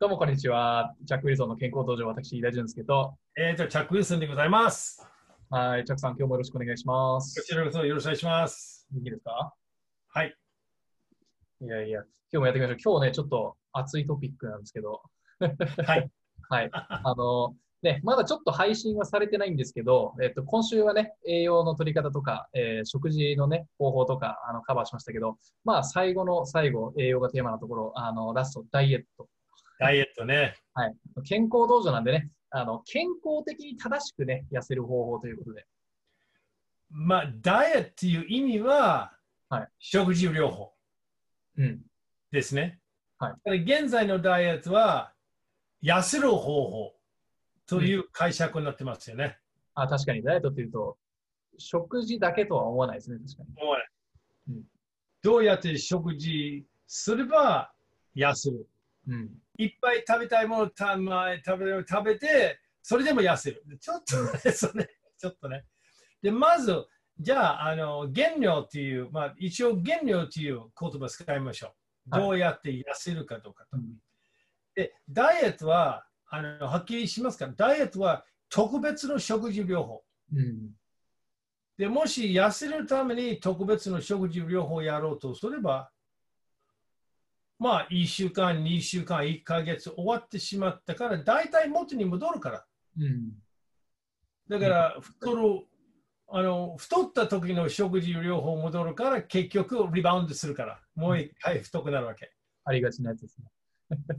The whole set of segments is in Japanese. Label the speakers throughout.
Speaker 1: どうもこんにちは。チャック・ウィルソンの健康道場、私、飯田俊介と。
Speaker 2: えーと、チャック・ウィルソンでございます。
Speaker 1: はい、チャックさん、今日もよろしくお願いします
Speaker 2: こ。ちらこそよろしくお願いします。
Speaker 1: いいですか
Speaker 2: はい。
Speaker 1: いやいや、今日もやっていきましょう。今日ね、ちょっと熱いトピックなんですけど。
Speaker 2: はい。
Speaker 1: はい。あの、ね、まだちょっと配信はされてないんですけど、えっと、今週はね、栄養の取り方とか、えー食事のね、方法とか、あの、カバーしましたけど、まあ、最後の最後、栄養がテーマのところ、あの、ラスト、ダイエット。
Speaker 2: ダイエットね。
Speaker 1: 健康道場なんでね、あの、健康的に正しくね、痩せる方法ということで。
Speaker 2: まあ、ダイエットという意味は、
Speaker 1: はい
Speaker 2: 食事療法
Speaker 1: うん。
Speaker 2: ですね。
Speaker 1: はい
Speaker 2: ただ現在のダイエットは、痩せる方法という解釈になってますよね。
Speaker 1: あ、確かに、ダイエットっていうと、食事だけとは思わないですね、確かに。
Speaker 2: 思わない
Speaker 1: うん
Speaker 2: どうやって食事すれば痩せる
Speaker 1: うん。
Speaker 2: いっぱい食べたいものをた、まあ、食べ食べて、それでも痩せる。ちょっと ね、それ、ちょっとね。で、まず、じゃあ、あの原料っていう、まあ、一応原料っていう言葉を使いましょう。
Speaker 1: はい
Speaker 2: どうやって痩せるかどうかと。
Speaker 1: うん
Speaker 2: で、ダイエットはあの、はっきりしますから、ダイエットは特別の食事療法。
Speaker 1: うん。
Speaker 2: で、もし痩せるために特別の食事療法をやろうとすれば、まあ、1週間、2週間、1ヶ月終わってしまったから、大体元に戻るから。
Speaker 1: うん。
Speaker 2: だから、太る、あの、太った時の食事療法戻るから、結局リバウンドするから、もう一回太くなるわけ。
Speaker 1: ありがちなやつですね。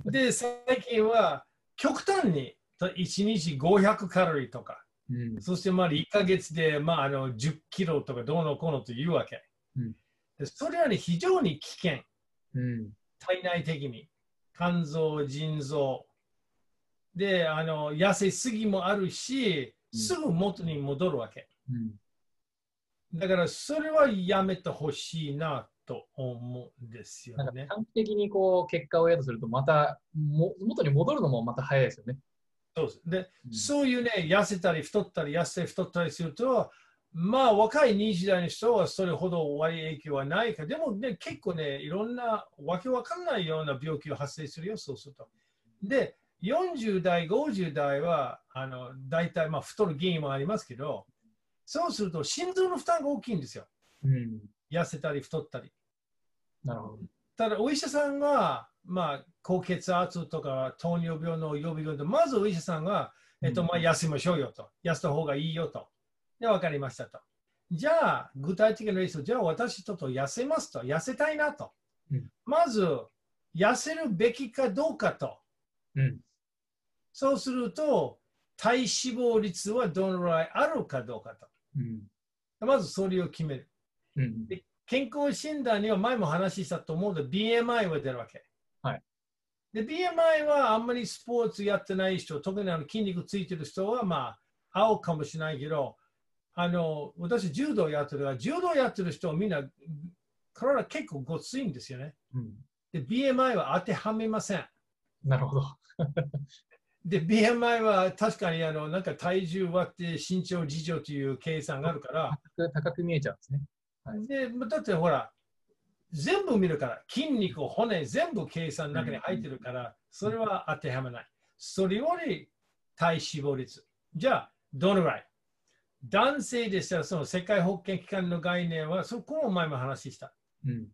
Speaker 2: で、最近は、極端に、1日500カロリーとか、
Speaker 1: うん。
Speaker 2: そしてまあ1ヶ月で、まあ、あの10キロとかどうのこうのというわけ。
Speaker 1: うん
Speaker 2: でそれらに非常に危険、
Speaker 1: うん。
Speaker 2: 体内的に。肝臓、腎臓。で、あの痩せすぎもあるし、
Speaker 1: うん
Speaker 2: すぐ元に戻るわけ。
Speaker 1: うん。
Speaker 2: だからそれはやめてほしいなと思うんですよ
Speaker 1: なんか
Speaker 2: ね。
Speaker 1: 短期的にこう、結果を得ようとすると、またも、元に戻るのもまた早いですよね。
Speaker 2: そうですで
Speaker 1: うん
Speaker 2: そういうね、痩せたり太ったり、痩せたり太ったりすると、まあ若い20代の人はそれほど悪い影響はないか、でもね、結構ね、いろんなわけわかんないような病気が発生するよ、そうすると。で、40代、50代は、あの大体まあ太る原因もありますけど、そうすると心臓の負担が大きいんですよ、
Speaker 1: うん。
Speaker 2: 痩せたり太ったり。
Speaker 1: なるほど。
Speaker 2: ただお医者さんが、まあ、高血圧とか糖尿病の予備軍で、まずお医者さんが、えっと
Speaker 1: うん
Speaker 2: まあ、痩せましょうよと、痩せた方がいいよと、で分かりましたと。じゃあ、具体的なレース、じゃあ私ちょっと痩せますと、痩せたいなと。
Speaker 1: うん
Speaker 2: まず、痩せるべきかどうかと。
Speaker 1: うん。
Speaker 2: そうすると、体脂肪率はどのぐらいあるかどうか
Speaker 1: うん。
Speaker 2: と。まずそれを決める。
Speaker 1: うん。
Speaker 2: で健康診断には前も話したと思うので BMI は出るわけ。
Speaker 1: はい
Speaker 2: で BMI はあんまりスポーツやってない人、特にあの筋肉ついてる人は、まあ、青かもしれないけど、あの私、柔道やってるから、柔道やってる人はみんな体結構ごついんですよね。
Speaker 1: うん。
Speaker 2: で、BMI は当てはめません。
Speaker 1: なるほど。
Speaker 2: で、BMI は確かにあのなんか体重割って身長事情という計算があるから、
Speaker 1: 高く高く見えちゃうんですね。はい
Speaker 2: でだってほら、全部見るから、筋肉、骨、全部計算の中に入ってるから、それは当てはめない。それより体脂肪率。じゃあ、どのぐらい男性でしたら、その世界保健機関の概念は、そこも前も話した。
Speaker 1: うん。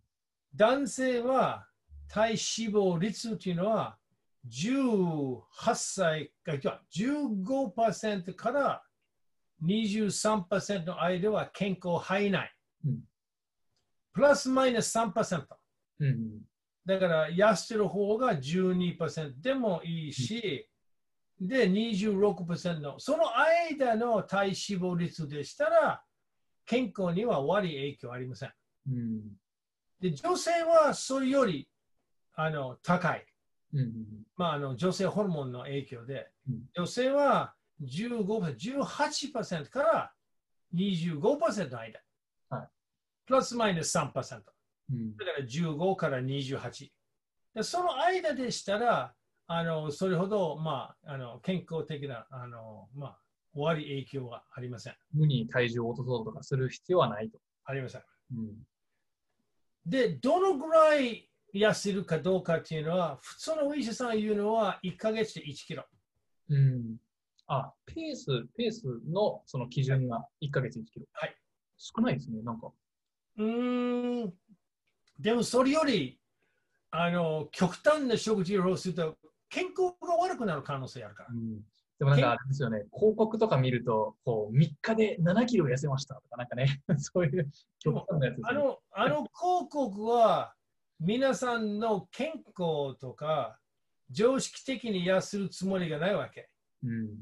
Speaker 2: 男性は体脂肪率というのは、18歳か、じゃあ15%から23%の間は健康範囲内。
Speaker 1: うん
Speaker 2: プラスマイナス3%。
Speaker 1: うん。
Speaker 2: だから、痩せてる方が12%でもいいし、で、26%の、その間の体脂肪率でしたら、健康には悪い影響ありません。
Speaker 1: うん。
Speaker 2: で、女性はそれよりあの高い。
Speaker 1: うん。
Speaker 2: まあ、あの女性ホルモンの影響で
Speaker 1: うん、
Speaker 2: 女性は15、18%から25%の間。
Speaker 1: はい
Speaker 2: プラスマイナス3%。だか
Speaker 1: うん。
Speaker 2: ら15から28。でその間でしたら、あのそれほど、まあ、あの健康的なあの、まあ、悪い影響はありません。
Speaker 1: 無に体重を落とそうとかする必要はないと。
Speaker 2: ありません。
Speaker 1: うん。
Speaker 2: で、どのぐらい痩せるかどうかっていうのは、普通のお医者さんが言うのは1ヶ月で1キロ。
Speaker 1: うん。あ、ペース、ペースのその基準が1ヶ月1キロ。
Speaker 2: はい。
Speaker 1: 少ないですね、なんか。
Speaker 2: うーん。でもそれより、あの、極端な食事をすると、健康が悪くなる可能性あるから。
Speaker 1: でもなんかあれですよね、広告とか見ると、こう、3日で7キロ痩せましたとか、なんかね、 そういう極端なやつです
Speaker 2: あ
Speaker 1: よね。
Speaker 2: の、あの広告は、皆さんの健康とか、常識的に痩せるつもりがないわけ。
Speaker 1: うん。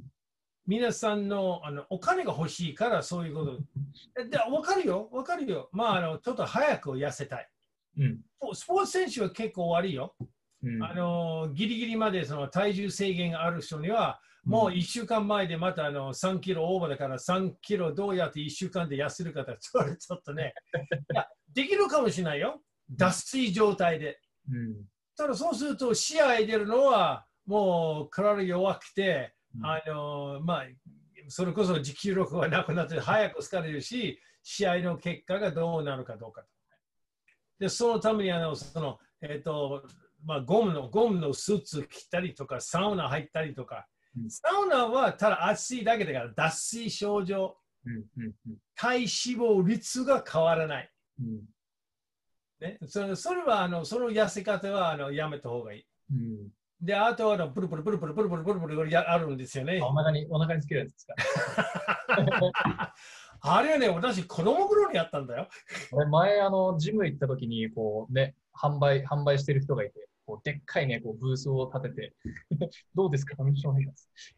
Speaker 2: 皆さんのあのお金が欲しいから、そういうこと。 えで、わかるよ、わかるよ。まあ、あの、ちょっと早く痩せたい。
Speaker 1: うん。
Speaker 2: スポーツ選手は結構悪いよ。
Speaker 1: うん。
Speaker 2: あの、ギリギリまでその体重制限がある人には、もう1週間前でまたあの3キロオーバーだから3キロどうやって1週間で痩せるかって、それちょっと ね、いやできるかもしれないよ。脱水状態で。
Speaker 1: うん。
Speaker 2: ただそうすると試合出るのはもう体弱くて、
Speaker 1: うん
Speaker 2: あのまあ、それこそ持久力がなくなって早く疲れるし試合の結果がどうなるかどうかでそのためにあのその、えっとまあ、ゴムのゴムのスーツ着たりとかサウナ入ったりとか、
Speaker 1: うん
Speaker 2: サウナはただ暑いだけだから脱水症状
Speaker 1: うん。うん。うん
Speaker 2: 体脂肪率が変わらない、
Speaker 1: うん。
Speaker 2: ね、それそれはあのその痩せ方はあのやめた方がいい。
Speaker 1: うん。
Speaker 2: で、あとはあのプルプルプルプルプルプルプルプルプルやあるんですよね
Speaker 1: あ。お腹に、お腹につけるやつですか。
Speaker 2: あれはね、私、子供頃にやったんだよ。
Speaker 1: 俺前、あの、ジム行った時に、こうね、販売、販売してる人がいて、こうでっかいね、こうブースを立てて、どうですか、コミッション変化。い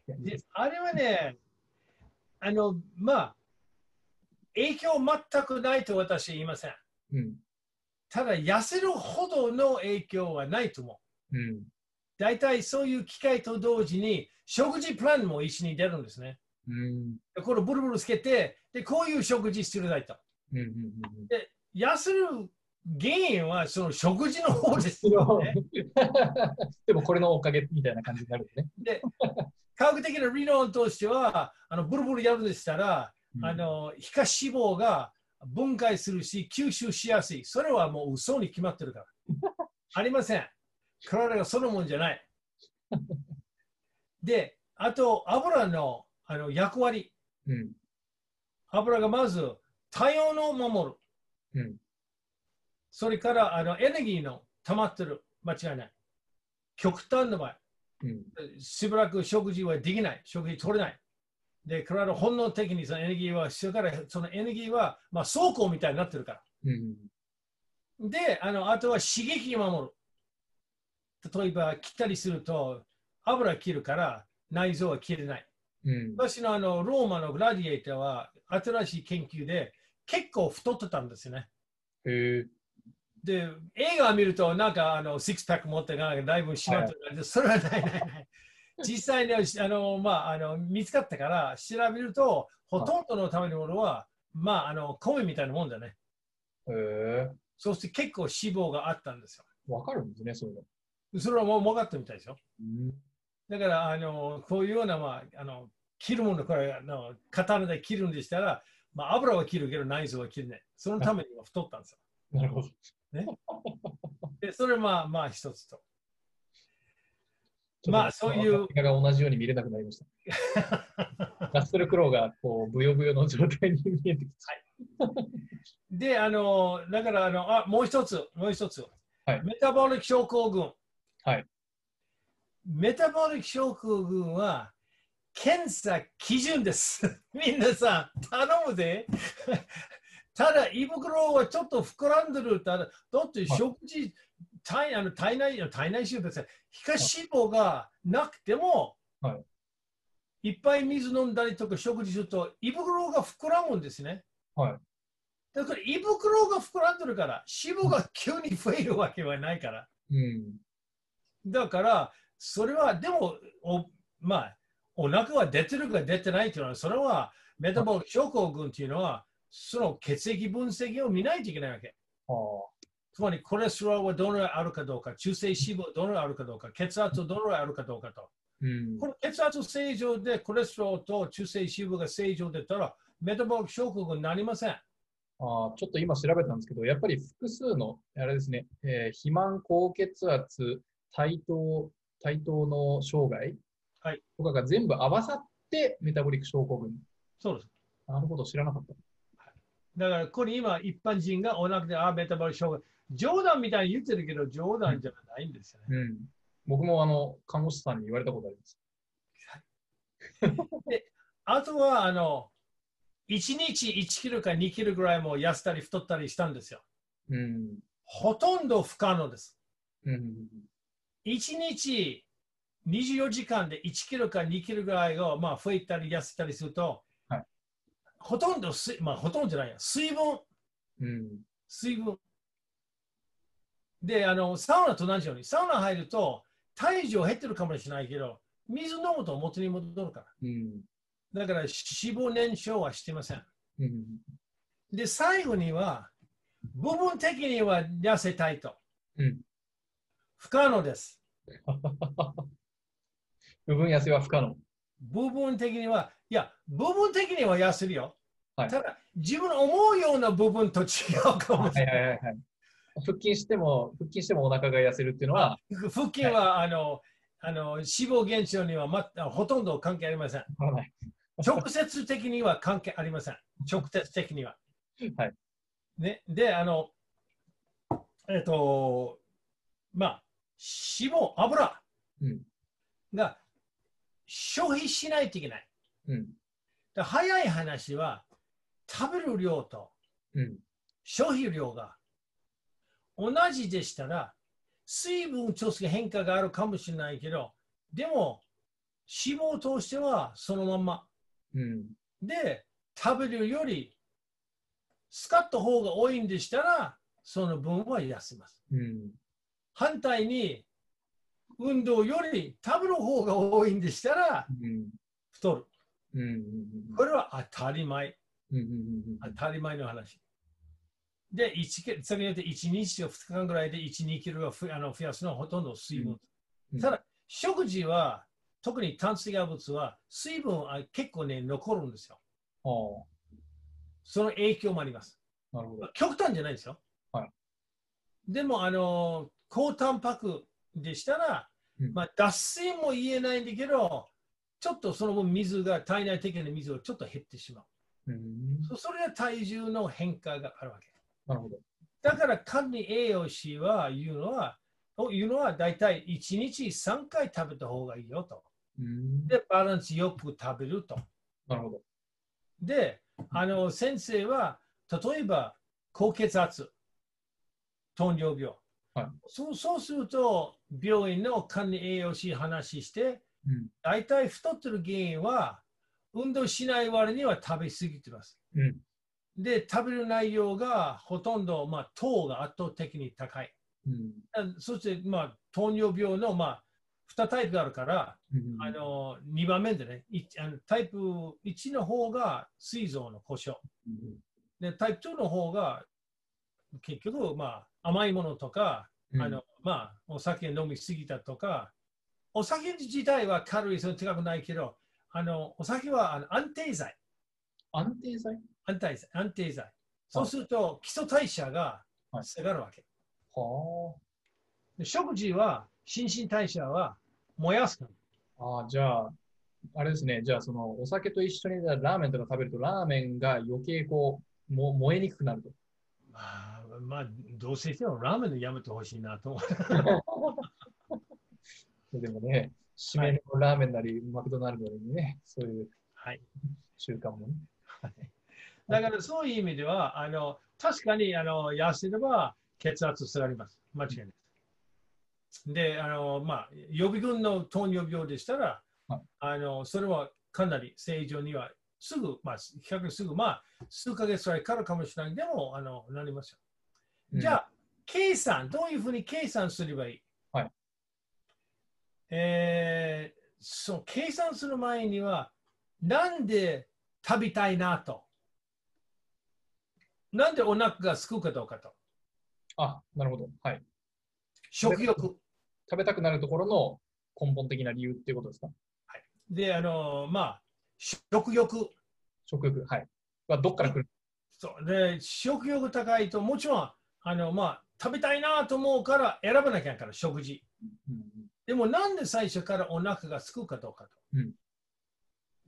Speaker 1: やいいで
Speaker 2: ですあれはね、あの、まあ、影響全くないと私は言いません。
Speaker 1: うん。
Speaker 2: ただ、痩せるほどの影響はないと思う。
Speaker 1: うん。
Speaker 2: 大体そういう機会と同時に、食事プランも一緒に出るんですね。
Speaker 1: うん。
Speaker 2: でこれ、ブルブルつけて、で、こういう食事するだいと。
Speaker 1: うん。うん。うん。
Speaker 2: 痩せる原因は、その食事の方です
Speaker 1: す
Speaker 2: よ
Speaker 1: ご
Speaker 2: ね
Speaker 1: い。でもこれのおかげみたいな感じになるんですね。
Speaker 2: 科学的な理論としては、あのブルブルやるんでしたら、
Speaker 1: うん
Speaker 2: あの皮下脂肪が分解するし、吸収しやすい。それはもう嘘に決まって るから。ありません。体がそのもんじゃない。で、あと油のあの役割。
Speaker 1: うん。
Speaker 2: 油がまず体温を守る。
Speaker 1: うん。
Speaker 2: それからあのエネルギーの溜まってる。間違いない。極端な場合。
Speaker 1: うん。
Speaker 2: しばらく食事はできない、食事取れない。で、体本能的にそのエネルギーは必要だから、そのエネルギーは、まあ、倉庫みたいになってるから。
Speaker 1: うん。
Speaker 2: で、あのあとは刺激を守る。例えば、切ったりすると、油切るから内臓は切れない。
Speaker 1: うん。
Speaker 2: 私のあのローマのグラディエイターは、新しい研究で結構太ってたんですよね。
Speaker 1: へえ。
Speaker 2: で、映画を見ると、なんか、あの、シックスパック持ってなんかだいぶ閉まってる感じで、それはないない ない。実際に、あの、まあ、あの、見つかったから、調べると、ほとんどの食べ物は、まあ、あの、米みたいなもんだね。
Speaker 1: へえ。
Speaker 2: そして結構脂肪があったんです
Speaker 1: わかるんですね、そういうの。
Speaker 2: よ。それはもう分かったみたいですよ。
Speaker 1: うん。
Speaker 2: だから、あの、こういうような、まあ、あの、切るもの、これ、あの、刀で切るんでしたら、まあ、油は切るけど、内臓は切れない。そのためには太ったんですよ
Speaker 1: なるほど。
Speaker 2: で、それまあまあ一つと。
Speaker 1: ちょっと
Speaker 2: まあそういう
Speaker 1: 結果が同じように見れなくなりま した。ラッセルクロウがこうブヨブヨの状態に見えてきた。
Speaker 2: で、あの、だから、あの、あ、もう一つ、もう一つ。
Speaker 1: はい
Speaker 2: メタボリック症候群。
Speaker 1: はい
Speaker 2: メタボリック症候群は、検査基準です。 皆さん、頼むぜ。 ただ、胃袋はちょっと膨らんでる。ただ、だって
Speaker 1: はい
Speaker 2: 食事、体あの体内、体内脂肪ですね。皮下脂肪がなくても、、
Speaker 1: はい
Speaker 2: っぱい水飲んだりとか食事すると、胃袋が膨らむんですね。だから胃袋が膨らんでるから、脂肪が急に増えるわけはないから。
Speaker 1: うん。
Speaker 2: だから、それは、でも、おまあ、お腹は出てるか出てないというのは、それは、メタボリック症候群というのは、その血液分析を見ないといけないわけ。
Speaker 1: ああ。
Speaker 2: つまり、コレステロールはどのぐらいあるかどうか、中性脂肪どのぐらいあるかどうか、血圧どのぐらいあるかどうかと。
Speaker 1: うん。
Speaker 2: この血圧正常で、コレステロールと中性脂肪が正常でったら、メタボリック症候群になりません。
Speaker 1: あーちょっと今調べたんですけど、やっぱり複数の、あれですね、えー肥満、高血圧、対等、対等の障害
Speaker 2: はい
Speaker 1: とかが全部合わさってメタボリック症候群。
Speaker 2: そうです。
Speaker 1: なるほど、知らなかった。
Speaker 2: だから、これ今、一般人がお腹で、あ、メタボリック障害。冗談みたいに言ってるけど、冗談じゃないんですよね。
Speaker 1: うん。僕もあの、看護師さんに言われたことあります。
Speaker 2: あとは、あの、1日1キロか2キロぐらいも痩せたり太ったりしたんですよ。
Speaker 1: うん。
Speaker 2: ほとんど不可能です。
Speaker 1: うん。
Speaker 2: 1日24時間で1キロか2キロぐらいが、まあ、増えたり痩せたりすると、
Speaker 1: はい
Speaker 2: ほとんど水、まあ、ほとんどじゃないや、水分、
Speaker 1: うん。
Speaker 2: 水分。で、あの、サウナと同じように、サウナ入ると、体重減ってるかもしれないけど、水飲むと元に戻るか
Speaker 1: うん。
Speaker 2: ら。だから、脂肪燃焼はしてません。
Speaker 1: うん。
Speaker 2: で、最後には、部分的には痩せたいと。
Speaker 1: うん
Speaker 2: 不可能です。
Speaker 1: 部分痩せは不可能。
Speaker 2: 部分的には、いや、部分的には痩せるよ。
Speaker 1: はい
Speaker 2: ただ、自分の思うような部分と違うかもし
Speaker 1: はいはい
Speaker 2: れな。
Speaker 1: いはいはい。腹筋しても、腹筋してもお腹が痩せるっていうのは、
Speaker 2: 腹筋は、あの、あの脂肪減少には、ま、ほとんど関係ありません。
Speaker 1: わからない。
Speaker 2: 直接的には関係あり ません。直接的には。
Speaker 1: はい。
Speaker 2: ね、で、あの、えっと、まあ、脂肪、油
Speaker 1: うん
Speaker 2: が消費しないといけない。
Speaker 1: うん。
Speaker 2: だ早い話は、食べる量と
Speaker 1: うん。
Speaker 2: 消費量が同じでしたら、水分調整変化があるかもしれないけど、でも、脂肪を通してはそのまんま。
Speaker 1: うん。
Speaker 2: で、食べるより、スカッと方が多いんでしたら、その分は痩せます。
Speaker 1: うん。
Speaker 2: 反対に、運動より食べる方が多いんでしたら、
Speaker 1: うん。
Speaker 2: 太る。
Speaker 1: うん。うん。
Speaker 2: これは当たり前。
Speaker 1: うん。うん。
Speaker 2: 当たり前の話。で、1キロそれによって1日を2日間ぐらいで1、2キロがふあの増やすのはほとんど水分。
Speaker 1: うん
Speaker 2: ただ、食事は、特に炭水化物は、水分は結構ね、残るんですよ。
Speaker 1: あ
Speaker 2: その影響もあります。
Speaker 1: あ、なるほど。
Speaker 2: 極端じゃないですよ。
Speaker 1: はい
Speaker 2: でも、あの、高タンパクでしたら、
Speaker 1: うん
Speaker 2: まあ、脱水も言えないんだけど、ちょっとその分水が、体内的な水がちょっと減ってしまう。
Speaker 1: うん。
Speaker 2: そそれで体重の変化があるわけ。
Speaker 1: なるほど。
Speaker 2: だから、管理栄養士は言うのは、を言うのは大体1日3回食べた方がいいよと。
Speaker 1: うん。
Speaker 2: で、バランスよく食べると。
Speaker 1: なるほど。
Speaker 2: で、あの先生は、例えば高血圧、糖尿病、
Speaker 1: はい
Speaker 2: そう、そうすると、病院の管理栄養士話して、
Speaker 1: うん
Speaker 2: 大体太ってる原因は、運動しない割には食べ過ぎてます。
Speaker 1: うん。
Speaker 2: で、食べる内容がほとんど、まあ、糖が圧倒的に高い。
Speaker 1: うん。
Speaker 2: あそして、まあ、糖尿病の、まあ、2タイプがあるから、
Speaker 1: うん。
Speaker 2: あの2番目でね、いあのタイプ1の方が膵臓の故障
Speaker 1: うん。
Speaker 2: で、タイプ2の方が結局、まあ、甘いものとか、
Speaker 1: うん
Speaker 2: あのまあ、お酒飲みすぎたとか、お酒自体はカロリーそんなに高くないけど、あのお酒はあの安定剤
Speaker 1: 安定剤
Speaker 2: 安定剤、安定剤。そうすると基礎代謝が下がるわけ。
Speaker 1: は
Speaker 2: で食事は、心身代謝は燃やすから
Speaker 1: あ。ああ、じゃあ、あれですね。じゃあ、その、お酒と一緒にラーメンとか食べると、ラーメンが余計こう、も燃えにくくなると。
Speaker 2: まあ、まあ、どうせしてもラーメンでやめてほしいなと思う。
Speaker 1: でもね、締めのラーメンなり、マクドナルドにね、そういう
Speaker 2: はい。
Speaker 1: 習慣もね。
Speaker 2: だからそういう意味では、あの確かにあの痩せれば血圧下がります。間違いないです。で、あのまあ、予備軍の糖尿病でしたら、
Speaker 1: はい
Speaker 2: あのそれはかなり正常にはすぐ、まあ、比較的すぐ、まあ、数ヶ月ぐらいからかもしれないでもあのなりますよ。じゃ
Speaker 1: あ、
Speaker 2: あ、計算、どういうふうに計算すればいい
Speaker 1: はい。
Speaker 2: えーそう、計算する前には、なんで食べたいなと。なんでお腹がすくかどうかと。
Speaker 1: あ、なるほど。はい。
Speaker 2: 食欲。
Speaker 1: 食べたくなるところの根本的な理由っていうことですか
Speaker 2: で、あの、まあ、食欲。
Speaker 1: 食欲。はい。はどっから来る
Speaker 2: そうで食欲が高いと、もちろんあの、まあ、食べたいなと思うから選ばなきゃいけないから、食事。
Speaker 1: うん
Speaker 2: でもなんで最初からお腹がすくかどうかと。
Speaker 1: うん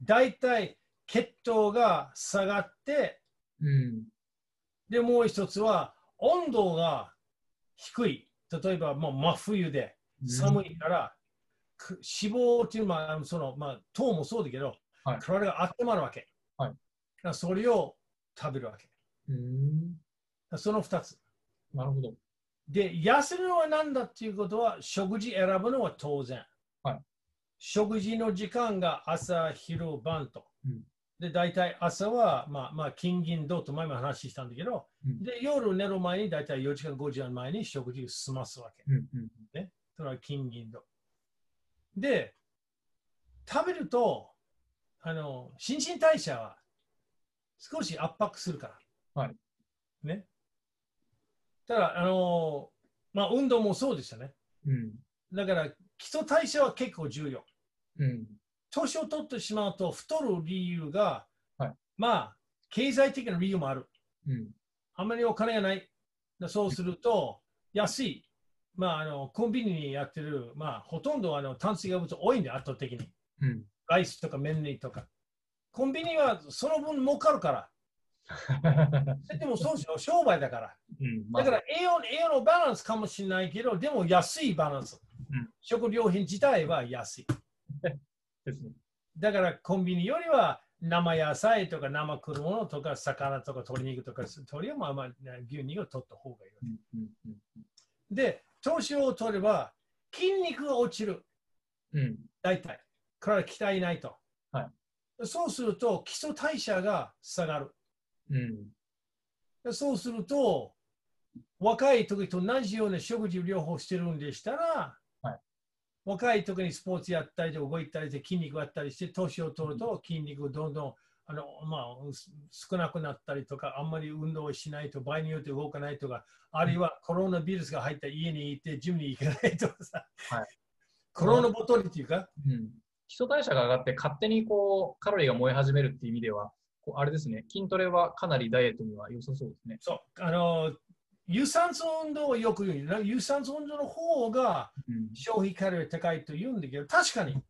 Speaker 2: 大体血糖が下がって、
Speaker 1: うん
Speaker 2: でもう一つは温度が低い。例えばもう真冬で
Speaker 1: うん
Speaker 2: 寒いから、く脂肪っていうのはあのその、まあ、糖もそうだけど、
Speaker 1: はい
Speaker 2: 体が温まるわけ。
Speaker 1: はい
Speaker 2: だからそれを食べるわけ。だか
Speaker 1: うん
Speaker 2: らその2つ。
Speaker 1: なるほど。
Speaker 2: で、痩せるのは何だっていうことは、食事選ぶのは当然。
Speaker 1: はい
Speaker 2: 食事の時間が朝、昼、晩と。
Speaker 1: うん
Speaker 2: で、大体朝は、まあ、まあ、金銀銅と前も話したんだけど、
Speaker 1: うん
Speaker 2: で、夜寝る前に大体4時間、5時間前に食事を済ますわけ。
Speaker 1: うんうん
Speaker 2: それは金銀銅。で、食べると、あの、新陳代謝は少し圧迫するから。
Speaker 1: はい。
Speaker 2: ね。ただ、あの、まあ、運動もそうでしたね。
Speaker 1: うん
Speaker 2: だから、基礎代謝は結構重要。
Speaker 1: うん
Speaker 2: 年を取ってしまうと太る理由が、
Speaker 1: はい
Speaker 2: まあ、経済的な理由もある。
Speaker 1: うん
Speaker 2: あまりお金がない。だそうすると、安い。まあ、あの、コンビニにやってる、まあ、ほとんどあの炭水化物多いんで、圧倒的に。
Speaker 1: うん
Speaker 2: ライスとか麺類とか。コンビニはその分儲かるから。でもそうしよう、商売だから。
Speaker 1: うんまあ
Speaker 2: だから栄養、栄養のバランスかもしれないけど、でも安いバランス。
Speaker 1: うん
Speaker 2: 食料品自体は安い。
Speaker 1: ですね
Speaker 2: だからコンビニよりは生野菜とか生果物とか魚とか鶏肉とか鶏はまあまあ牛乳を取った方がいい。
Speaker 1: うんうん
Speaker 2: で、年を取れば筋肉が落ちる、
Speaker 1: うんうん
Speaker 2: 大体。から鍛えないと。
Speaker 1: は
Speaker 2: そうすると基礎代謝が下がる。
Speaker 1: うん
Speaker 2: でそうすると、若い時と同じような食事療法してるんでしたら、
Speaker 1: はい
Speaker 2: 若い時にスポーツやったりとか動いたりして筋肉やったりして、年を取ると筋肉がどんどんあの、まあ、す少なくなったりとか、あんまり運動をしないと、場合によって動かないとか、あるいはコロナウイルスが入った家にいて、ジムに行かないとかさ、
Speaker 1: はい
Speaker 2: コロナボトルっていうか、
Speaker 1: うん基礎代謝が上がって勝手にこうカロリーが燃え始めるっていう意味では、こうあれですね、筋トレはかなりダイエットには良さそうですね。
Speaker 2: そうあの有酸素運動をよく言う、有酸素運動の方が、
Speaker 1: うん
Speaker 2: 消費カロリー高いと言うんだけど、確かに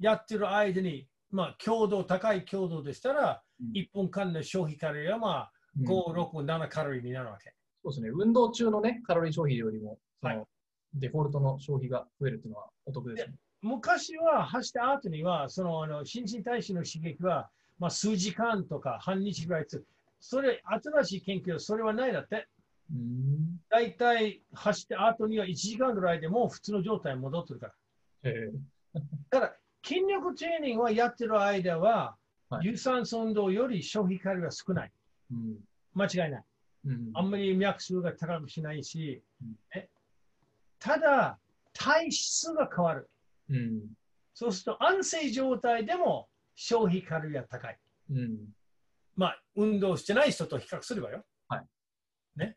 Speaker 2: やってる間に、まあ、強度、高い強度でしたら、
Speaker 1: うん
Speaker 2: 1分間の消費カロリーは、まあ、
Speaker 1: うん
Speaker 2: 5、6、7カロリーになるわけ。
Speaker 1: そうですね、運動中のね、カロリー消費よりも、その
Speaker 2: は
Speaker 1: デフォルトの消費が増えるっていうのはお得ですね。
Speaker 2: 昔は走った後には、そのあの新陳代謝の刺激は、まあ、数時間とか半日ぐらいつ、それ、新しい研究はそれはないだって。
Speaker 1: うん
Speaker 2: だいたい走った後には1時間ぐらいでもう普通の状態に戻ってるから。
Speaker 1: え
Speaker 2: ただ、筋力トレーニングはやってる間は、
Speaker 1: はい
Speaker 2: 有酸素運動より消費カロリーは少ない。
Speaker 1: ーうん
Speaker 2: 間違いない。
Speaker 1: うん
Speaker 2: あんまり脈数が高くしないし
Speaker 1: うん、
Speaker 2: ね、ただ、体質が変わる。
Speaker 1: うん
Speaker 2: そうすると、安静状態でも消費カロリーが高い。
Speaker 1: うん
Speaker 2: まあ、運動してない人と比較すればよ。
Speaker 1: はい。
Speaker 2: ね。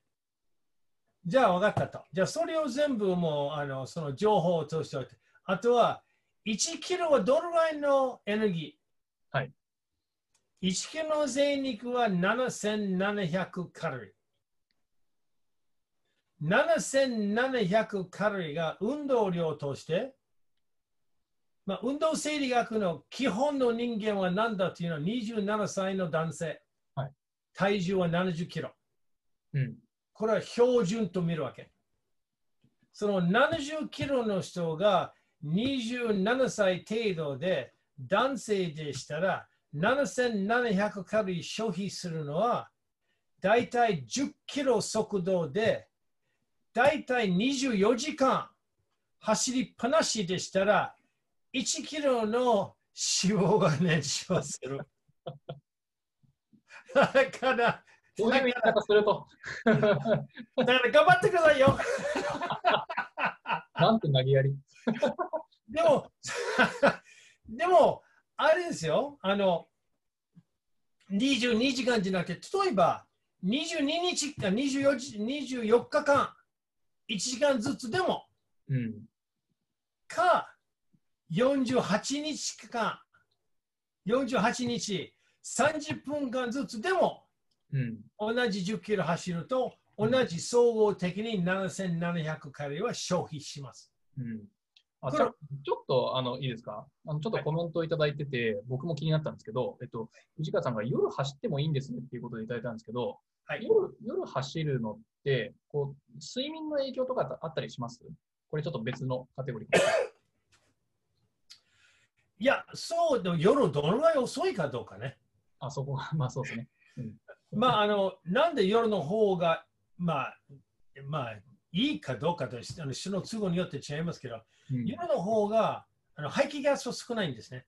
Speaker 2: じゃあ、分かったと。じゃあ、それを全部もう、あの、その情報を通しておいて。あとは、1キロはどれぐらいのエネルギー
Speaker 1: はい。
Speaker 2: 1キロの贅肉は7700カロリー。7700カロリーが運動量として、まあ、運動生理学の基本の人間は何だというのは27歳の男性、
Speaker 1: はい
Speaker 2: 体重は70キロ。
Speaker 1: うん
Speaker 2: これは標準と見るわけ。その70キロの人が27歳程度で男性でしたら7700カロリー消費するのはだいたい10キロ速度でだいたい24時間走りっぱなしでしたら1キロの脂肪が燃焼する。 だから、
Speaker 1: そういう言い方すると、
Speaker 2: だから頑張ってくださいよ。
Speaker 1: なんて投げやり。
Speaker 2: でも、 でも、あれですよ、あの、22時間じゃなくて、例えば、22日か24時24日間、1時間ずつでも、
Speaker 1: うん
Speaker 2: か、48日間、48日、30分間ずつでも、
Speaker 1: うん。
Speaker 2: 同じ10キロ走ると、同じ総合的に7700カロリーは消費します。
Speaker 1: うん。あ
Speaker 2: こ
Speaker 1: ち
Speaker 2: れ
Speaker 1: ょちょっと、あの、いいですかあの、ちょっとコメントをいただいてて、僕も気になったんですけど、えっと、藤川さんが夜走ってもいいんですねっていうことでいただいたんですけど、
Speaker 2: はい。
Speaker 1: 夜、夜走るのって、こう、睡眠の影響とかってあったりしますこれちょっと別のカテゴリーかもしれない。
Speaker 2: いや、そう、でも夜どのぐらい遅いかどうかね。
Speaker 1: あ、そこが、 まあそうですね。
Speaker 2: まあ、あの、なんで夜の方が、まあ、まあ、いいかどうかと、あの人の都合によって違いますけど、
Speaker 1: うん、
Speaker 2: 夜の方があの排気ガスは少ないんですね。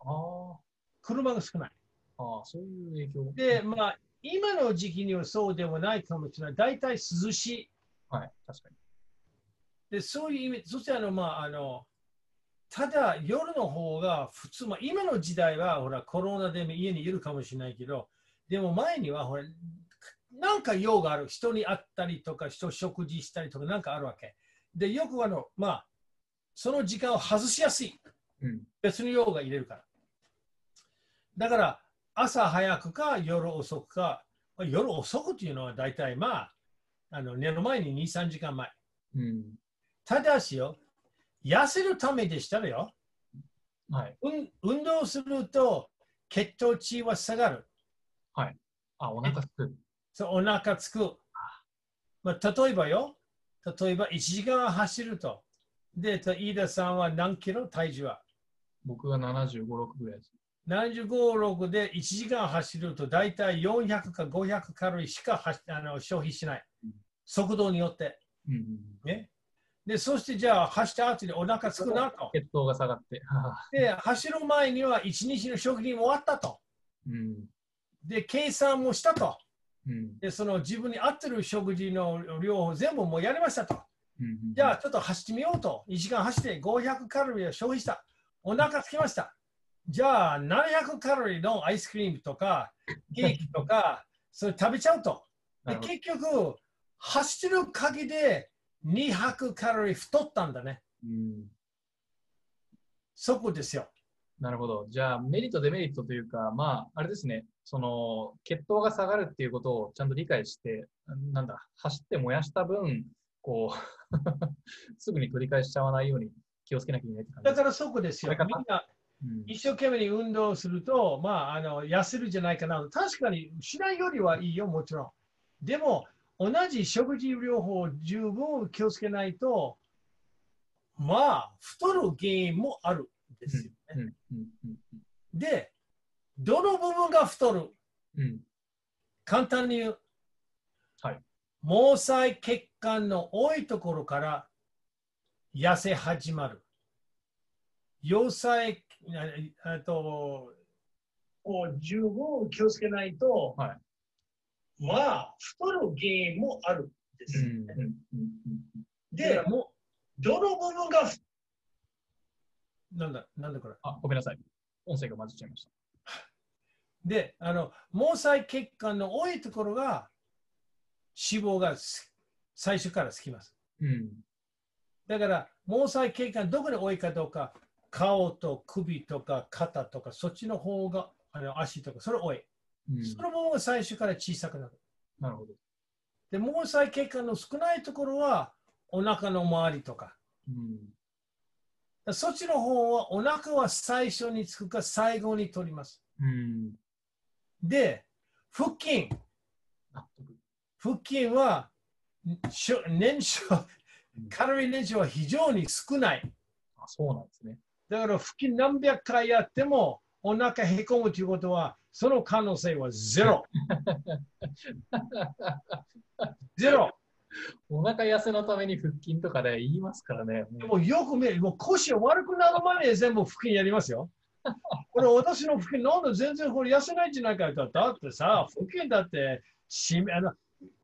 Speaker 1: あ
Speaker 2: 車が少ない。
Speaker 1: あ、ああ、そういう影響。
Speaker 2: で、まあ、今の時期にはそうでもないかもしれない。大体涼しい。
Speaker 1: はい、確かに。
Speaker 2: で、そういう意味、そしてあの、まあ、あの、ただ夜の方が普通、まあ、今の時代はほらコロナでも家にいるかもしれないけど、でも前にはほら、なんか用がある、人に会ったりとか、人と食事したりとか、なんかあるわけ。で、よくあの、まあ、その時間を外しやすい、
Speaker 1: うん。
Speaker 2: 別の用が入れるから。だから、朝早くか夜遅くか、まあ夜遅くというのは大体まあ、あの寝る前に2、3時間前。
Speaker 1: うん。
Speaker 2: ただしよ、痩せるためでしたらよ、
Speaker 1: はい。
Speaker 2: うん運動すると血糖値は下がる。
Speaker 1: あ、お腹すく。
Speaker 2: そうお腹つく。まあ、例えばよ、例えば1時間走ると。で、と飯田さんは何キロ体重は
Speaker 1: 僕が75、6ぐらいです。
Speaker 2: ?75、6で1時間走ると大体400か500カロリーしかはあの消費しない
Speaker 1: うん。
Speaker 2: 速度によって。
Speaker 1: うんうん
Speaker 2: ね、で、そしてじゃあ走った後にお腹つくなと
Speaker 1: うん。。血糖が下がって。
Speaker 2: で、走る前には1日の食事も終わったと。
Speaker 1: うん。
Speaker 2: で、計算もしたと。
Speaker 1: うん。
Speaker 2: で、その自分に合ってる食事の量を全部もうやりましたと。
Speaker 1: うん
Speaker 2: じゃあ、ちょっと走ってみようと。1時間走って500カロリーを消費した。お腹つきました。じゃあ、700カロリーのアイスクリームとか、ケーキとか、それ食べちゃうと。
Speaker 1: なる
Speaker 2: で、
Speaker 1: ほど
Speaker 2: 結局、走ってるおかげで200カロリー太ったんだね。
Speaker 1: うん
Speaker 2: そこですよ。
Speaker 1: なるほど。じゃあ、メリット、デメリットというか、まあ、あれですね、その、血糖が下がるっていうことをちゃんと理解して、なんだ、走って燃やした分、こう、すぐに取り返しちゃわないように気をつけなきゃいけないって感じ
Speaker 2: だ
Speaker 1: で
Speaker 2: からそこですよ。
Speaker 1: これ
Speaker 2: み
Speaker 1: かなん
Speaker 2: な一生懸命に運動すると、まあ、あの痩せるじゃないかな。確かにしないよりはいいよ、もちろん。でも、同じ食事療法を十分気をつけないと、まあ、太る原因もあるんですよね。
Speaker 1: すうん。うん。うん。
Speaker 2: で、どの部分が太る
Speaker 1: うん。うん。
Speaker 2: 簡単に言う。
Speaker 1: はい
Speaker 2: 毛細血管の多いところから痩せ始まる。要塞、ああと、を十分気をつけないと、
Speaker 1: は
Speaker 2: まあ、太る原因もあるんです。
Speaker 1: うん。うん。うん
Speaker 2: で、もう、どの部分がふ、なんだ、なんだこれ。
Speaker 1: あ、ごめんなさい。音声が混じっちゃいました。
Speaker 2: で、あの、毛細血管の多いところが、脂肪がす最初からつきます。
Speaker 1: うん。
Speaker 2: だから、毛細血管、どこに多いかどうか、顔と首とか肩とか、そっちの方が、あの足とか、それ多い。
Speaker 1: うん。
Speaker 2: その部分が最初から小さくなる。
Speaker 1: なるほど。
Speaker 2: で、毛細血管の少ないところは、お腹の周りとか。
Speaker 1: うん。
Speaker 2: そっちの方は、お腹は最初につくか、最後に取ります。
Speaker 1: うん。
Speaker 2: で、腹筋。
Speaker 1: 納得。
Speaker 2: 腹筋は、しょ燃焼
Speaker 1: うん、
Speaker 2: カロリー燃焼は非常に少ない。
Speaker 1: あ、そうなんですね。
Speaker 2: だから腹筋何百回やってもお腹へこむということは、その可能性はゼロ。ゼロ。
Speaker 1: お腹痩せのために腹筋とかで言いますからね。
Speaker 2: でもよく見る、もう腰悪くなるまで全部腹筋やりますよ。これ私の腹筋、なんだ全然これ痩せないんじゃないかと。だってさ、腹筋だってしあの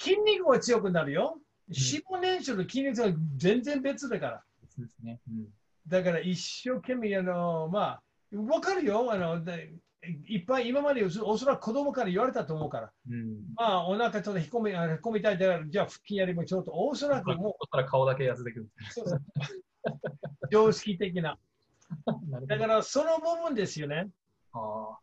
Speaker 2: 筋肉は強くなるよ。脂肪燃焼と筋肉は全然別だから。
Speaker 1: そうですね。うん。
Speaker 2: だから一生懸命、あの、まあ、わかるよ。あの、でいっぱい今までおそおそらく子供から言われたと思うから。
Speaker 1: うん。
Speaker 2: まあ、お腹ちょっと引っ込み、あの引っ込みたいだから、じゃあ腹筋やりましょうと。おそらくも
Speaker 1: そしたら顔だけ痩せてくる。
Speaker 2: う、そうそう常識的な。
Speaker 1: なるほ
Speaker 2: だ
Speaker 1: ど。
Speaker 2: からその部分ですよね。
Speaker 1: あ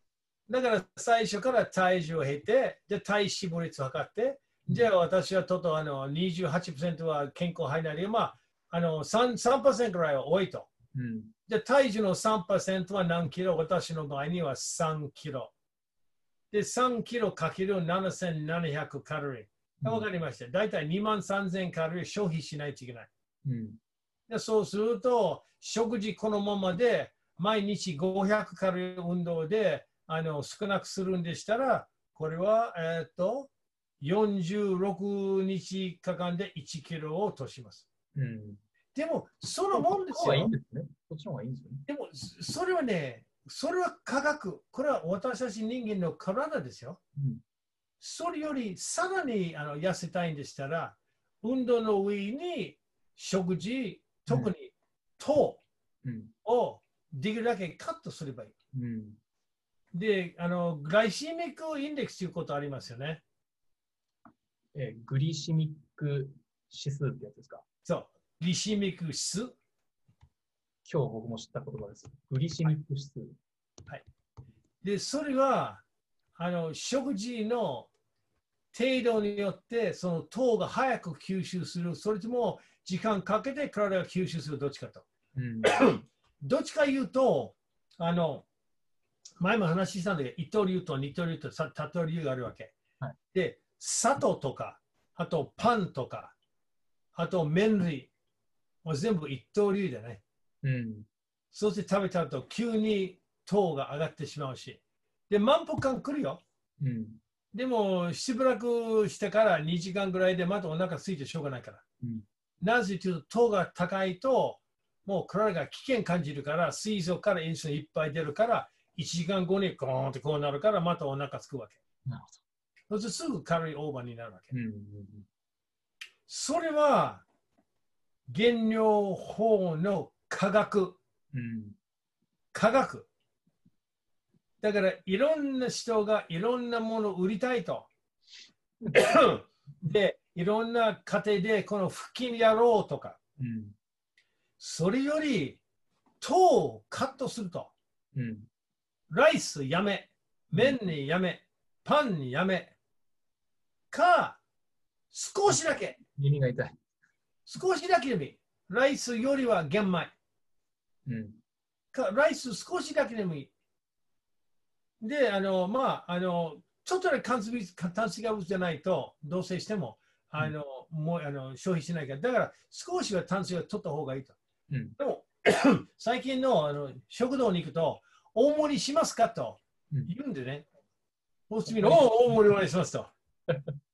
Speaker 2: だから最初から体重を減って、で体脂肪率を測って、じゃあ私はちょっとあの28%は健康範囲内で、まあ、あの 3%, 3%ぐらいは多いと。
Speaker 1: うん。
Speaker 2: で、体重の3%は何キロ私の場合には3キロ。で、3キロかける7700カロリー。わかりました。だいたい2万3000カロリー消費しないといけない。
Speaker 1: うん。
Speaker 2: でそうすると、食事このままで、毎日500カロリー運動であの少なくするんでしたら、これは、えーっと、46日か間で1キロを落とします。
Speaker 1: うん。
Speaker 2: でも、そのもんです
Speaker 1: こっちの方がいい
Speaker 2: よ
Speaker 1: ん。ですね。こっちの方がいいんですよね。
Speaker 2: でも、そそれはね、それは科学、これは私たち人間の体ですよ。
Speaker 1: うん
Speaker 2: それよりさらにあの痩せたいんでしたら、運動の上に食事、特に糖
Speaker 1: うん。
Speaker 2: をできるだけカットすればいい。
Speaker 1: うん。
Speaker 2: で、あのグライシミックインデックスということありますよね。
Speaker 1: えーグリシミック指数ってやつですか。
Speaker 2: そう、グリシミック指数。
Speaker 1: 今日僕も知った言葉です。グリシミック指数。
Speaker 2: で、それはあの食事の程度によって、その糖が早く吸収する、それとも時間かけて体が吸収する、どっちかと。
Speaker 1: うん。
Speaker 2: どっちか言うと、あの前も話したんだけど、一刀流と二刀流とさ多刀流があるわけ。
Speaker 1: はい
Speaker 2: で、砂糖とか、あとパンとか、あと麺類、もう全部一刀流だね。
Speaker 1: うん。
Speaker 2: そして食べちゃうと急に糖が上がってしまうし。で、満腹感来るよ。
Speaker 1: うん。
Speaker 2: でも、しばらくしてから2時間ぐらいでまたお腹空いてしょうがないから。
Speaker 1: うん
Speaker 2: なぜというと、糖が高いと、もう体が危険感じるから、膵臓からインスリンいっぱい出るから、1時間後にゴーンってこうなるから、またお腹空くわけ。
Speaker 1: なるほ
Speaker 2: そうするとすぐカロリーオーバーになるわけ。
Speaker 1: ど。うん。
Speaker 2: それは、減量法の科学。
Speaker 1: うん。
Speaker 2: 科学。だからいろんな人がいろんなものを売りたいと。で、いろんな家庭でこの腹筋やろうとか、
Speaker 1: うん。
Speaker 2: それより糖をカットすると。
Speaker 1: うん。
Speaker 2: ライスやめ、麺にやめ、パンにやめ、か、少しだけ、
Speaker 1: 耳が痛い。
Speaker 2: 少しだけでもいい。ライスよりは玄米。
Speaker 1: うん。
Speaker 2: かライス少しだけでもいい。で、あの、まあ、あの、ちょっとだけ炭水物炭水化物じゃないと、どうせしても、あの、もうあの消費しないから、だから少しは炭水を取った方がいいと。
Speaker 1: うん
Speaker 2: でも、 最近のあの食堂に行くと、大盛りしますかと
Speaker 1: うん
Speaker 2: 言うんでね、おうすみの、おう大盛りお願いしますと。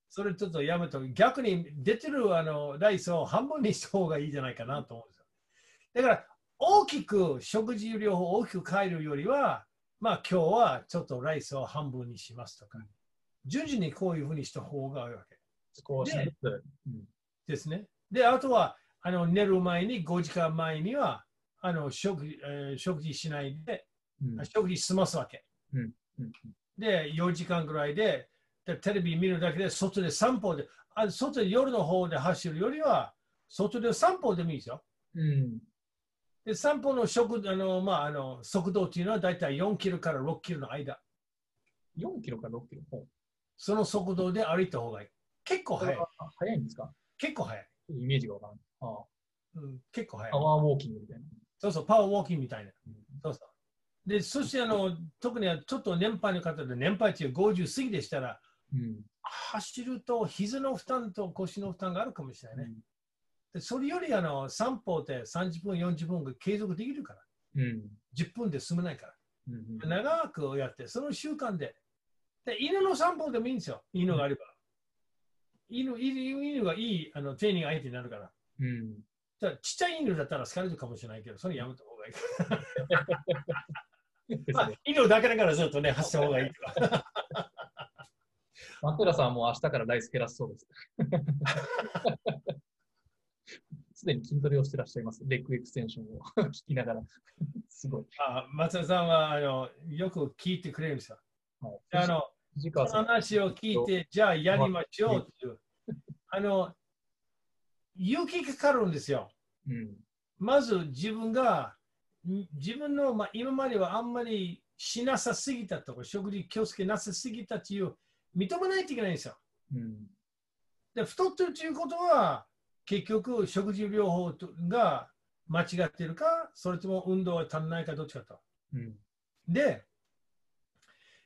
Speaker 2: それちょっとやめと、逆に出てるあのライスを半分にした方がいいじゃないかなと思うんですよ。だから、大きく食事療法を大きく変えるよりは、まあ今日はちょっとライスを半分にしますとか、順次にこういうふうにした方がいいわけ
Speaker 1: 少しずつ。
Speaker 2: ですね。で、あとはあの寝る前に5時間前にはあの食,、えー食事しないで、
Speaker 1: うん。
Speaker 2: 食事済ますわけ。
Speaker 1: うんうん
Speaker 2: で、4時間ぐらいでで、テレビ見るだけで、外で散歩で、あ外で夜の方で走るよりは、外で散歩でもいいですよ。
Speaker 1: うん。
Speaker 2: で、散歩の食あの、まあ、あの速度っていうのはだいたい4キロから6キロの間、
Speaker 1: 4キロから6キロ。ほう
Speaker 2: その速度で歩いた方がいい。結
Speaker 1: こ
Speaker 2: 構速
Speaker 1: れ
Speaker 2: い。
Speaker 1: は早いんですか
Speaker 2: 結構速い。
Speaker 1: イメージがわからない。ああ。
Speaker 2: うん、結構速い
Speaker 1: パ。ワーウォーキングみたいな。
Speaker 2: そうそう、パワーウォーキングみたいな
Speaker 1: うん。
Speaker 2: そうそう。で、そしてあの、特にちょっと年配の方で、年配っていう50過ぎでしたら、
Speaker 1: うん。
Speaker 2: 走ると膝の負担と腰の負担があるかもしれないね。
Speaker 1: う
Speaker 2: でそれよりあの散歩って30分、40分が継続できるから、
Speaker 1: ん。うん
Speaker 2: 10分で済まないから、
Speaker 1: うん。
Speaker 2: 長くやって、その習慣で。で、犬の散歩でもいいんですよ、犬があれば。犬犬犬がいいあのトレーニング相手になるから。
Speaker 1: うん。
Speaker 2: だからちっちゃい犬だったら好かれるかもしれないけど、それやめた方がいい。 まあ、犬だけだからずっとね、走った方がいいとか。
Speaker 1: 松浦さんはもう明日からライス減らすそうです。すでに筋トレをしてらっしゃいます。レッグエクステンションを聞きながら。すごい。
Speaker 2: あ松田さんはあのよく聞いてくれるんですよ。
Speaker 1: はい、
Speaker 2: であの
Speaker 1: 藤川
Speaker 2: この
Speaker 1: さん。
Speaker 2: 話を聞いて、じゃあやりましょうっていう。あの、勇気かかるんですよ。
Speaker 1: うん。
Speaker 2: まず自分がん自分の、まあ、今まではあんまりしなさすぎたとか、食事気をつけなさすぎたっていう、認めないといけないんですよ。
Speaker 1: うん。
Speaker 2: で、太ってるということは、結局、食事療法とが間違ってるか、それとも運動が足りないか、どっちかと。
Speaker 1: うん。
Speaker 2: で、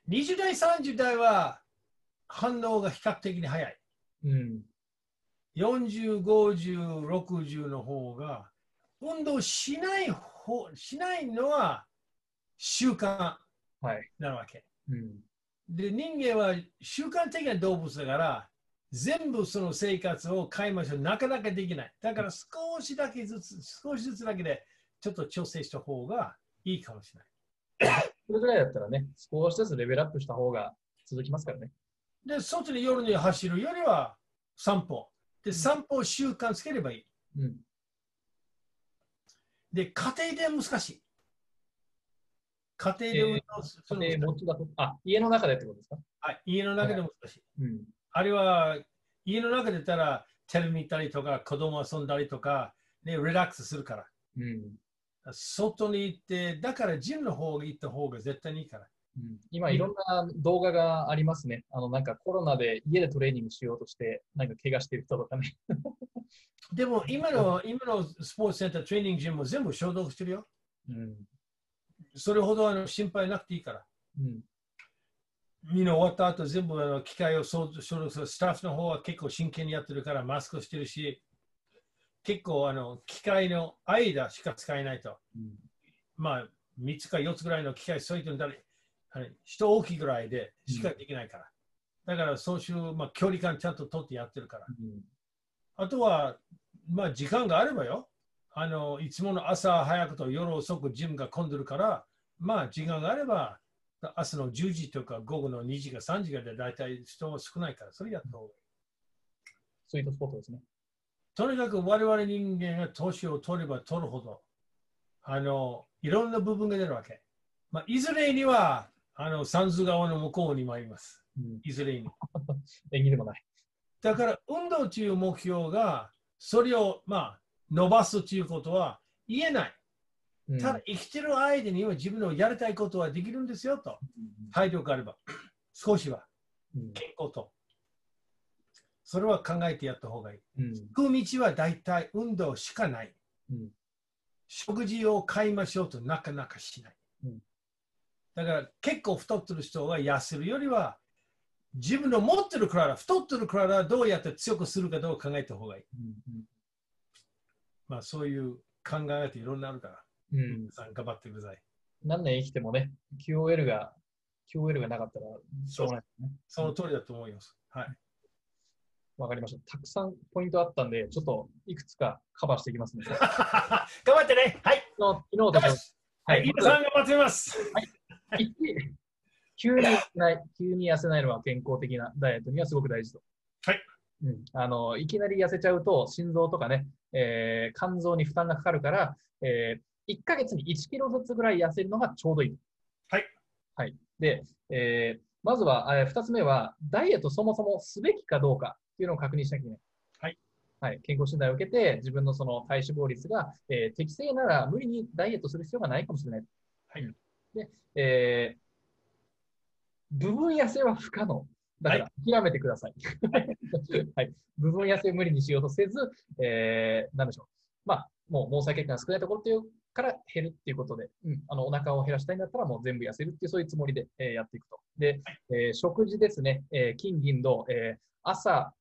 Speaker 2: 20代、30代は反応が比較的に早い。
Speaker 1: うん。
Speaker 2: 40、50、60の方が、運動しない方、しないのは習慣
Speaker 1: はい。
Speaker 2: なわけ。
Speaker 1: うん。
Speaker 2: で、人間は習慣的な動物だから、全部その生活を変えましょう。なかなかできない。だから少しだけずつ、少しずつだけで、ちょっと調整した方がいいかもしれない。
Speaker 1: それぐらいだったらね、少しずつレベルアップした方が続きますからね。
Speaker 2: で、外に夜に走るよりは散歩。で、散歩を習慣つければいい。
Speaker 1: うん。
Speaker 2: で、家庭で難しい。家庭で運動するの
Speaker 1: 家
Speaker 2: 難しい、
Speaker 1: 庭持ちだと、あ、家の中でってことですか
Speaker 2: はい家の中で難しい。
Speaker 1: うん。
Speaker 2: あるいは家の中でたらテレビ見たりとか、子供遊んだりとか、ね、リラックスするから。
Speaker 1: うん。
Speaker 2: 外に行って、だからジムの方が行った方が絶対にいいから。
Speaker 1: うん今、いろんな動画がありますね。あの、なんかコロナで家でトレーニングしようとして、なんか怪我してる人とかね。
Speaker 2: でも今の、今のスポーツセンター、トレーニングジムも全部消毒してるよ。
Speaker 1: うん。
Speaker 2: それほどあの心配なくていいから。
Speaker 1: うん。
Speaker 2: みんな終わった後、全部あの機械を消毒する、スタッフの方は結構真剣にやってるから、マスクしてるし、結構あの機械の間しか使えないと、
Speaker 1: うん。
Speaker 2: まあ、3つか4つぐらいの機械添えてるんだり、あの人大きいぐらいでしかできないから、だからそういう、まあ、距離感ちゃんと取ってやってるから、
Speaker 1: うん
Speaker 2: あとは、まあ、時間があればよあの、いつもの朝早くと夜遅くジムが混んでるから、まあ、時間があれば、朝の10時とか午後の2時か3時がで大体人は少ないから、それやった方がいい。
Speaker 1: スイートスポットですね。
Speaker 2: とにかく我々人間が年を取れば取るほど、あの、いろんな部分が出るわけ。まあ、いずれには、あの、三途川の向こうに参ります。
Speaker 1: うん。
Speaker 2: いずれに。
Speaker 1: 縁起でもない。
Speaker 2: だから運動という目標が、それを、まあ、伸ばすということは言えない。
Speaker 1: うん
Speaker 2: ただ生きてる間には自分のやりたいことはできるんですよと。体力があれば、少しは
Speaker 1: うん
Speaker 2: 健康と。それは考えてやった方がいい。
Speaker 1: うん。
Speaker 2: 行く道は大体運動しかない。
Speaker 1: うん
Speaker 2: 食事を買いましょうとなかなかしない。
Speaker 1: うん
Speaker 2: だから結構太ってる人は痩せるよりは、自分の持ってる体、太ってる体をどうやって強くするかどうか考えた方がいい。まあそういう考えがいろんなあるから、
Speaker 1: うん。うん。
Speaker 2: 皆さん頑張ってください。
Speaker 1: 何年生きてもね、QOL が、QOL がなかったら、しょうがないですね。
Speaker 2: その通りだと思います。はい。
Speaker 1: わかりました。たくさんポイントあったんで、ちょっといくつかカバーしていきますね。昨
Speaker 2: 頑張ってね。はい。
Speaker 1: 日昨日
Speaker 2: 頑
Speaker 1: と
Speaker 2: 張
Speaker 1: 今
Speaker 2: って
Speaker 1: 日。
Speaker 2: は。
Speaker 1: はいい。
Speaker 2: 皆さん頑張ってます。
Speaker 1: 一急に痩せない、急に痩せないのは健康的なダイエットにはすごく大事と。
Speaker 2: はい。
Speaker 1: うん、あのいきなり痩せちゃうと、心臓とかね、えー肝臓に負担がかかるから、えー、1ヶ月に1キロずつぐらい痩せるのがちょうどいい。
Speaker 2: はい。
Speaker 1: はい。で、えーまずは、え2つ目は、ダイエットそもそもすべきかどうかっていうのを確認しなきゃいけない。
Speaker 2: はい。
Speaker 1: はい。健康診断を受けて、自分のその体脂肪率が、えー適正なら無理にダイエットする必要がないかもしれない。
Speaker 2: はい。
Speaker 1: で、えー部分痩せは不可能。だから、諦めてください。はい。部分痩せを無理にしようとせず、えー、なんでしょう。まあ、もう毛細血管が少ないところっていうから減るっていうことで、うん、あの、お腹を減らしたいんだったらもう全部痩せるっていう、そういうつもりで、えーやっていくと。で、えー食事ですね。えー金、銀、銅、えー朝、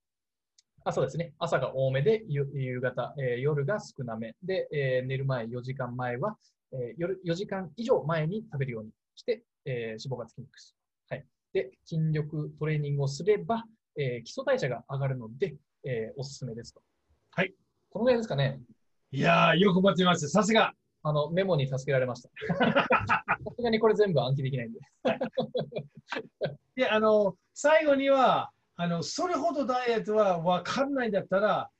Speaker 1: 朝ですね。朝が多めで、ゆ夕方、えー夜が少なめ。で、えー寝る前4時間前は、えー夜4時間以上前に食べるようにして、えー脂肪がつきにくくする。はい。で、筋力トレーニングをすれば、えー基礎代謝が上がるので、えーおすすめですと。
Speaker 2: はい。
Speaker 1: このぐらいですかね。
Speaker 2: いやー、よく待ってます。さすが。
Speaker 1: あの、メモに助けられました。さすがにこれ全部暗記できないんで。
Speaker 2: で、あの、最後には、あの、それほどダイエットは分かんないんだったら、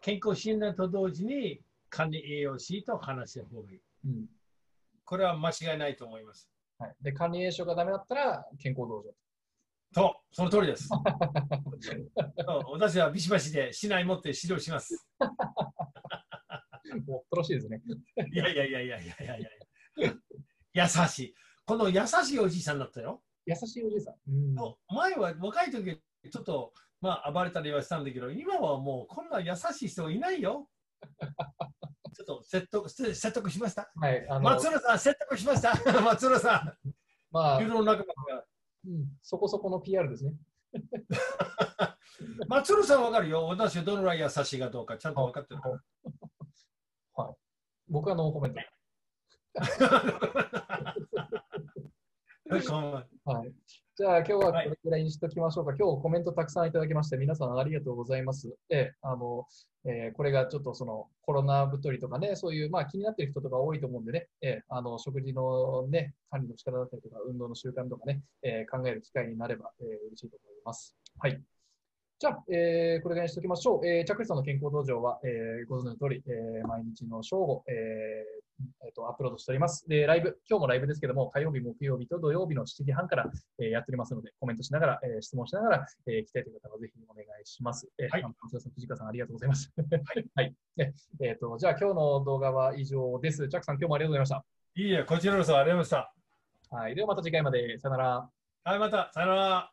Speaker 2: 健康診断と同時に管理栄養士と話した方がいい。
Speaker 1: うん。
Speaker 2: これは間違いないと思います。
Speaker 1: はい。で、管理栄養士がダメだったら、健康道
Speaker 2: と、その通り です。
Speaker 1: 場。
Speaker 2: そう私はビシバシで市内持って指導します。
Speaker 1: もう恐ろしいですね。
Speaker 2: いやいやいやいやいやいやいや。優しい。この優しいおじいさんだったよ。
Speaker 1: 優しいおじいさん。うん
Speaker 2: 前は若い時はちょっと、まあ、暴れたりはしたんだけど、今はもうこんな優しい人いな いよ。ちょっと説得説説得しました。
Speaker 1: はい、あの、
Speaker 2: 松浦さん、説得しました。 松浦さ
Speaker 1: まあ
Speaker 2: ん、ユー、ロ仲間が。
Speaker 1: うんそこそこの PR ですね。
Speaker 2: 松浦さんわかるよ。私はどのぐらい優しいかどうか、ちゃんと分かってるから。
Speaker 1: 僕はノーコメント。
Speaker 2: こんばんは
Speaker 1: はい。じゃあ今日はこ
Speaker 2: はい
Speaker 1: れくらいにしときましょうか。今日コメントたくさんいただきまして、皆さんありがとうございます。で、あの、えーこれがちょっとそのコロナ太りとかね、そういう、まあ気になっている人とか多いと思うんでね、えーあの、食事のね、管理の仕方だったりとか、運動の習慣とかね、えー考える機会になれば、えー嬉しいと思います。はい。じゃあ、えーこれぐらいにしておきましょう。えー、チャックリさんの健康道場は、えーご存知の通り、えー毎日の正午、えーえっと、アップロードしております。で、ライブ、今日もライブですけども、火曜日、木曜日と土曜日の7時半から、えーやっておりますので、コメントしながら、えー質問しながら、えー来たいという方はぜひお願いします。えー、
Speaker 2: はい
Speaker 1: あの松田さん、藤川さん、ありがとうございます。 はい。はい。ねえっ、と、じゃあ今日の動画は以上です。チャックさん、今日もありがとうございまし。
Speaker 2: いいえ、こちらこそありがとうございました
Speaker 1: はい。ではまた次回まで。さよなら。
Speaker 2: した。はい、また、さよなら。